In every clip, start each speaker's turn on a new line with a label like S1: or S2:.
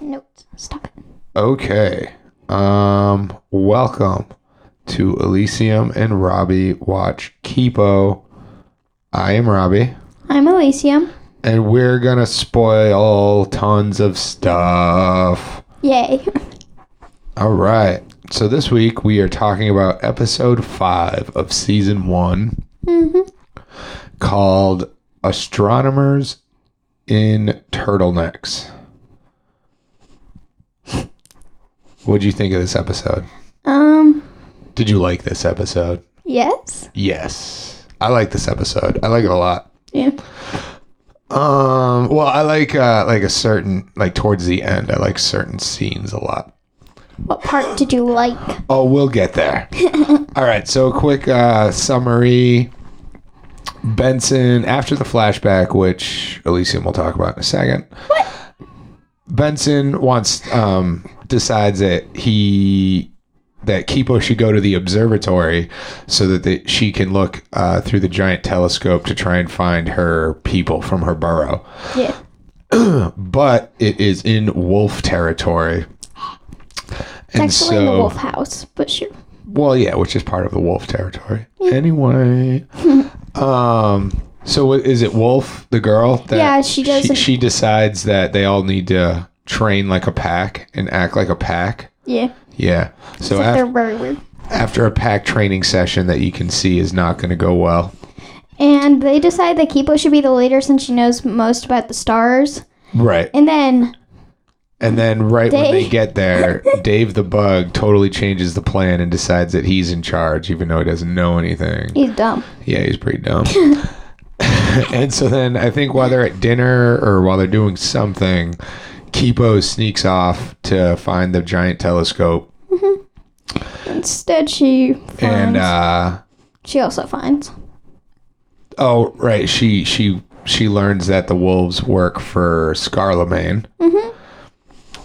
S1: notes. Stop it.
S2: Okay. Um, welcome to Elysium and Robbie Watch Kipo. I am Robbie,
S1: I'm Elysium.
S2: and we're gonna spoil tons of stuff.
S1: Yay.
S2: All right. So this week we are talking about episode five of season one, called "Astronomers in Turtlenecks." What'd you think of this episode?
S1: um,
S2: Did you like this episode?
S1: yes.
S2: Yes. I like this episode. I like it a lot.
S1: Yeah.
S2: Um well I like uh like a certain like towards the end I like certain scenes a lot.
S1: What part did you like?
S2: Oh we'll get there. All right, so a quick uh summary. Benson after the flashback, which Elysium will talk about in a second. What? Benson wants um decides that he that Kipo should go to the observatory so that they, she can look uh, through the giant telescope to try and find her people from her burrow.
S1: Yeah.
S2: But it is in wolf territory.
S1: It's
S2: And
S1: actually in the
S2: so,
S1: wolf house, but sure.
S2: well, yeah, which is part of the wolf territory. Anyway, um, so what, is it Wolf, the girl? That
S1: Yeah, she doesn't-
S2: She, decides that they all need to train like a pack and act like a pack.
S1: Yeah.
S2: Yeah. So
S1: They're
S2: after,
S1: very weird.
S2: after a pack training session that you can see is not going to go well.
S1: And they decide that Kipo should be the leader since she knows most about the stars.
S2: Right.
S1: And then,
S2: And then right when they
S1: Dave-
S2: get there, Dave the bug totally changes the plan and decides that he's in charge, even though he doesn't know anything.
S1: he's dumb.
S2: Yeah, he's pretty dumb. and so then I think while they're at dinner or while they're doing something, Kipo sneaks off to find the giant telescope.
S1: Instead, she finds.
S2: And uh
S1: she also finds.
S2: oh right, she she she learns that the wolves work for Scarlemagne.
S1: Mm-hmm.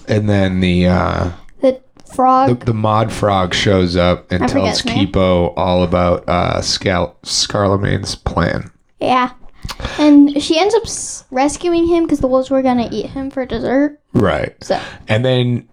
S2: And then the uh
S1: The
S2: the,
S1: frog.
S2: the mod frog shows up and
S1: I forget
S2: tells
S1: his name.
S2: Kipo all about uh Scal- Scarlemagne's plan.
S1: yeah. And she ends up s- rescuing him because the wolves were going to eat him for dessert.
S2: Right.
S1: So.
S2: And then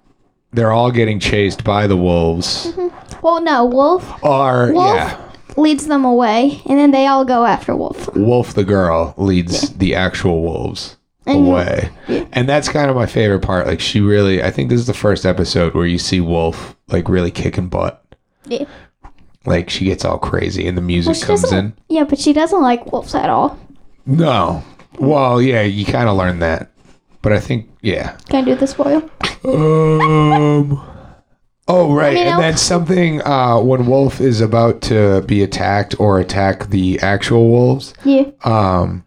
S2: they're all getting chased by the wolves.
S1: Well, no, Wolf
S2: Or
S1: Wolf
S2: yeah,
S1: leads them away, and then they all go after Wolf.
S2: Wolf the girl leads the actual wolves
S1: And-
S2: away, and that's kind of my favorite part. Like she really, I think this is the first episode where you see Wolf like really kicking butt.
S1: Yeah,
S2: Like she gets all crazy, and the music
S1: she
S2: comes
S1: doesn't.
S2: in.
S1: Yeah, but she doesn't like wolves at all.
S2: No, well, yeah, you kind of learn that, but I think yeah.
S1: Can I do the spoil?
S2: Um. Oh right,
S1: mean,
S2: and
S1: I'll-
S2: then something uh, when Wolf is about to be attacked or attack the actual wolves.
S1: Yeah,
S2: um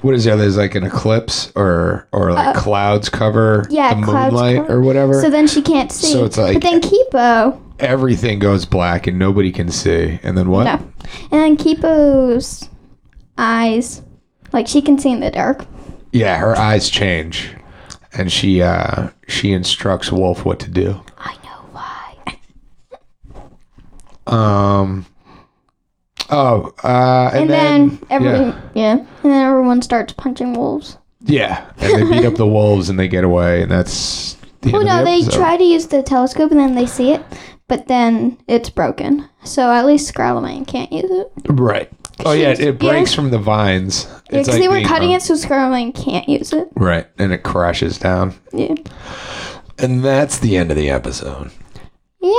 S2: what is there there's like an eclipse or or like clouds cover
S1: Uh, yeah,
S2: the
S1: clouds
S2: moonlight
S1: cover-
S2: or whatever
S1: so then she can't see.
S2: So it's like-
S1: but then Kipo,
S2: everything goes black and nobody can see and then what
S1: no, and then Kipo's eyes, like she can see in the dark.
S2: yeah her eyes change and she uh she instructs wolf what to do
S1: I know why.
S2: um oh uh and,
S1: And, then,
S2: yeah.
S1: everyone, yeah. and then everyone starts punching wolves.
S2: yeah and they beat up the wolves and they get away and that's the
S1: Well,
S2: end of
S1: no,
S2: the
S1: they
S2: episode.
S1: try to use the telescope, and then they see it, but then it's broken. So at least Scarlet can't use it.
S2: right oh yeah it, it
S1: yeah.
S2: breaks from the vines
S1: Yeah,
S2: It's
S1: because
S2: like
S1: they were
S2: being
S1: cutting
S2: hung-
S1: it so Scarlet can't use it.
S2: right and it crashes down
S1: Yeah.
S2: And that's the end of the episode.
S1: Yeah.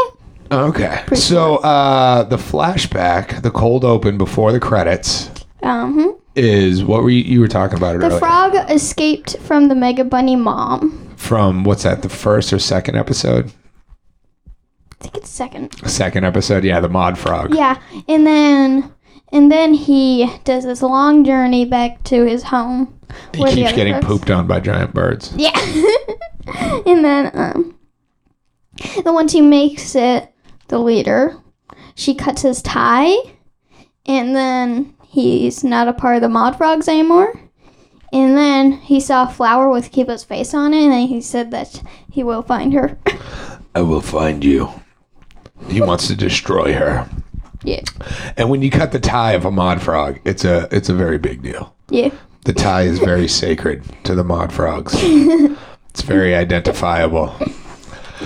S2: Okay. so uh the flashback, the cold open before the credits
S1: Um,
S2: is what were you, you were talking about it
S1: the
S2: earlier.
S1: frog escaped from the Mega Bunny mom.
S2: From what's that, the first or second episode?
S1: I think it's second.
S2: Second episode, yeah, the mod frog.
S1: Yeah, and then and then he does this long journey back to his home.
S2: he
S1: where the
S2: keeps
S1: other
S2: getting
S1: frogs-
S2: pooped on by giant birds.
S1: Yeah. and then um, then once he makes it the leader, she cuts his tie, and then he's not a part of the Mod Frogs anymore. And then he saw a flower with Kiba's face on it, and then he said that he will find her.
S2: I will find you. He wants to destroy her.
S1: yeah,
S2: And when you cut the tie of a mod frog, it's a it's a very big deal.
S1: yeah.
S2: The tie is very sacred to the mod frogs. It's very identifiable.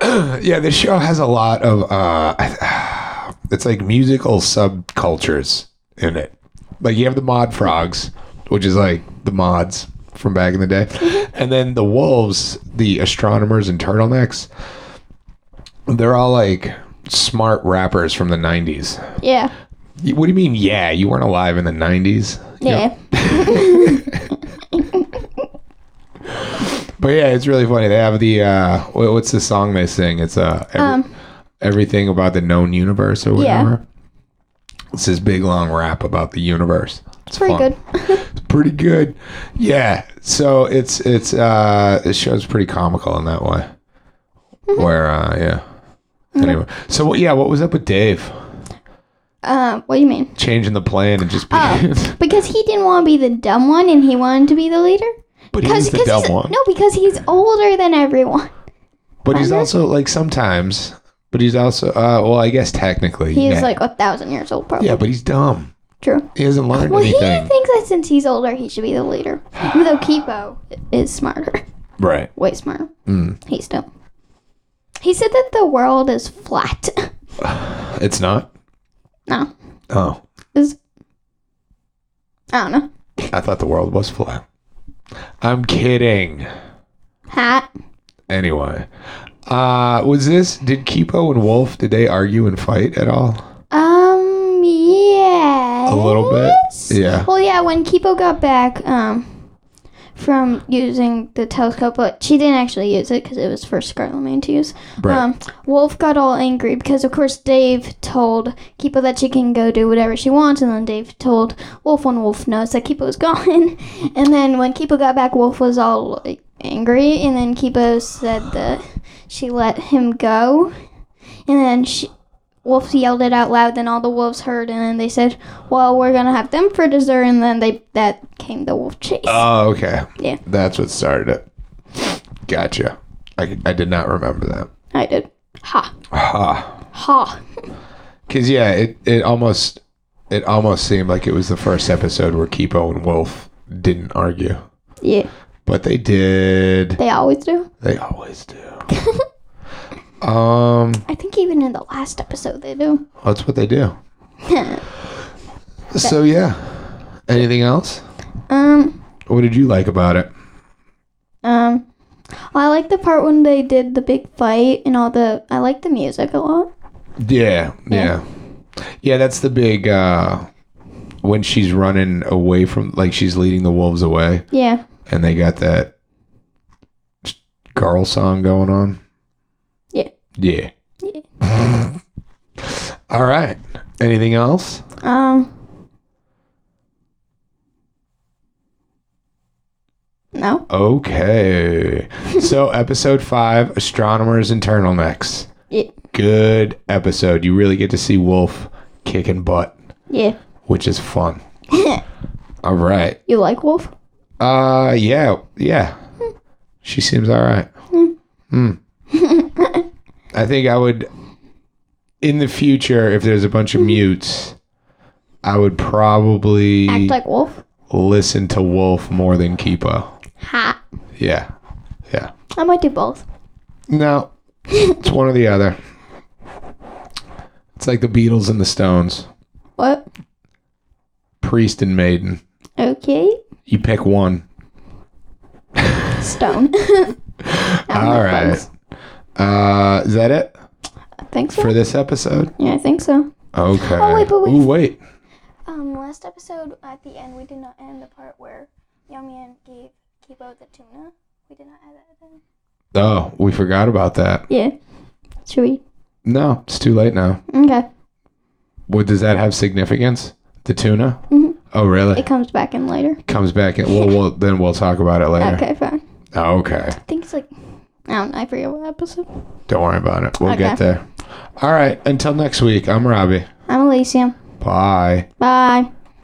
S2: yeah, this show has a lot of uh, I- it's like musical subcultures in it. Like you have the Mod Frogs, which is like the mods from back in the day, and then the Wolves, the astronomers and turtlenecks. They're all like smart rappers from the '90s.
S1: Yeah.
S2: Y- What do you mean? Yeah, you weren't alive in the '90s. You know,
S1: Yeah.
S2: But yeah, it's really funny. They have the uh, wh- what's the song they sing? It's uh, every, everything about the known universe or
S1: Um, Yeah.
S2: whatever. It's this big long rap about the universe.
S1: It's pretty
S2: fun.
S1: good.
S2: It's pretty good. Yeah. So it's it's uh, the show's pretty comical in that way.
S1: Mm-hmm.
S2: Where uh, yeah. Anyway, so what- yeah, what was up with Dave
S1: Uh, what do you mean?
S2: changing the plan and just being,
S1: Oh, because he didn't want to be the dumb one, and he wanted to be the leader.
S2: but
S1: Because
S2: he's the dumb
S1: he's,
S2: one.
S1: No, because he's older than everyone.
S2: but he's
S1: I'm not-
S2: also like sometimes. But he's also uh, well, I guess technically
S1: He's
S2: yeah.
S1: like a thousand years old, probably.
S2: yeah, but he's dumb.
S1: True.
S2: He hasn't learned
S1: Well,
S2: anything.
S1: he thinks that since he's older, he should be the leader. Even though Kipo is smarter,
S2: right.
S1: way smarter.
S2: Hmm.
S1: He's dumb. He said that the world is flat.
S2: It's not?
S1: no,
S2: Oh.
S1: is I don't know.
S2: I thought the world was flat. I'm kidding.
S1: Hat.
S2: Anyway. Uh was this did Kipo and Wolf did they argue and fight at all?
S1: Um. Yeah.
S2: A little bit. Yeah.
S1: Well, yeah, when Kipo got back um, from using the telescope, but she didn't actually use it because it was for Scarlet Man to use.
S2: Right.
S1: Um, Wolf got all angry because, of course, Dave told Kipo that she can go do whatever she wants, and then Dave told Wolf when Wolf knows that Kipo's gone. and then when Kipo got back, Wolf was all like, angry, and then Kipo said that she let him go, and then she. Wolf yelled it out loud, then all the wolves heard, and then they said, "Well, we're gonna have them for dessert." And then they that came the wolf chase.
S2: Oh, okay.
S1: Yeah.
S2: That's what started it. Gotcha. I, I did not remember that.
S1: I did. Ha
S2: Ha.
S1: ha.
S2: Cause yeah, it, it almost it almost seemed like it was the first episode where Kipo and Wolf didn't argue.
S1: Yeah,
S2: But they did.
S1: they always do.
S2: They always do. um,
S1: I think even in the last episode they do.
S2: that's what they do. So yeah. Anything else?
S1: um,
S2: What did you like about it?
S1: um. I like the part when they did the big fight and all the. I like the music a lot.
S2: Yeah, yeah. Yeah, that's the big uh when she's running away from like she's leading the wolves away
S1: Yeah.
S2: and they got that girl song going on.
S1: Yeah.
S2: Yeah.
S1: Yeah.
S2: All right. Anything else?
S1: Um. No.
S2: Okay. so episode five, astronomers and turtlenecks.
S1: Yeah.
S2: Good episode. You really get to see Wolf kicking butt,
S1: Yeah.
S2: which is fun. all right.
S1: You like Wolf?
S2: Uh, yeah, yeah. She seems all right. Hmm. I think I would, in the future, if there's a bunch of mutes, I would probably
S1: Act like Wolf.
S2: listen to Wolf more than Kipo.
S1: Ha.
S2: Yeah, yeah.
S1: I might do both.
S2: No, it's one or the other. It's like the Beatles and the Stones,
S1: What?
S2: Priest and Maiden.
S1: Okay.
S2: You pick one.
S1: Stone.
S2: All right. Uh, is that it
S1: Thanks
S2: for
S1: for.
S2: this episode?
S1: Yeah, I think so.
S2: Okay.
S1: Oh, wait, but wait.
S2: Ooh, wait.
S1: Um, last episode at the end, we did not end the part where Yum Yum gave Kibo the tuna. We did not add that in.
S2: Oh, we forgot about that.
S1: Yeah. Should we?
S2: No, it's too late now.
S1: Okay.
S2: What does that have significance? The tuna? Oh, really?
S1: Mm-hmm. It comes back in later.
S2: Comes back in. Well, we'll then we'll talk about it later. Oh,
S1: Okay, fine.
S2: Okay.
S1: I think it's like. I don't know. I forget what episode.
S2: Don't worry about it. We'll get
S1: Okay.
S2: there. All right. Until next week, I'm Robbie.
S1: I'm Elysium.
S2: Bye.
S1: Bye.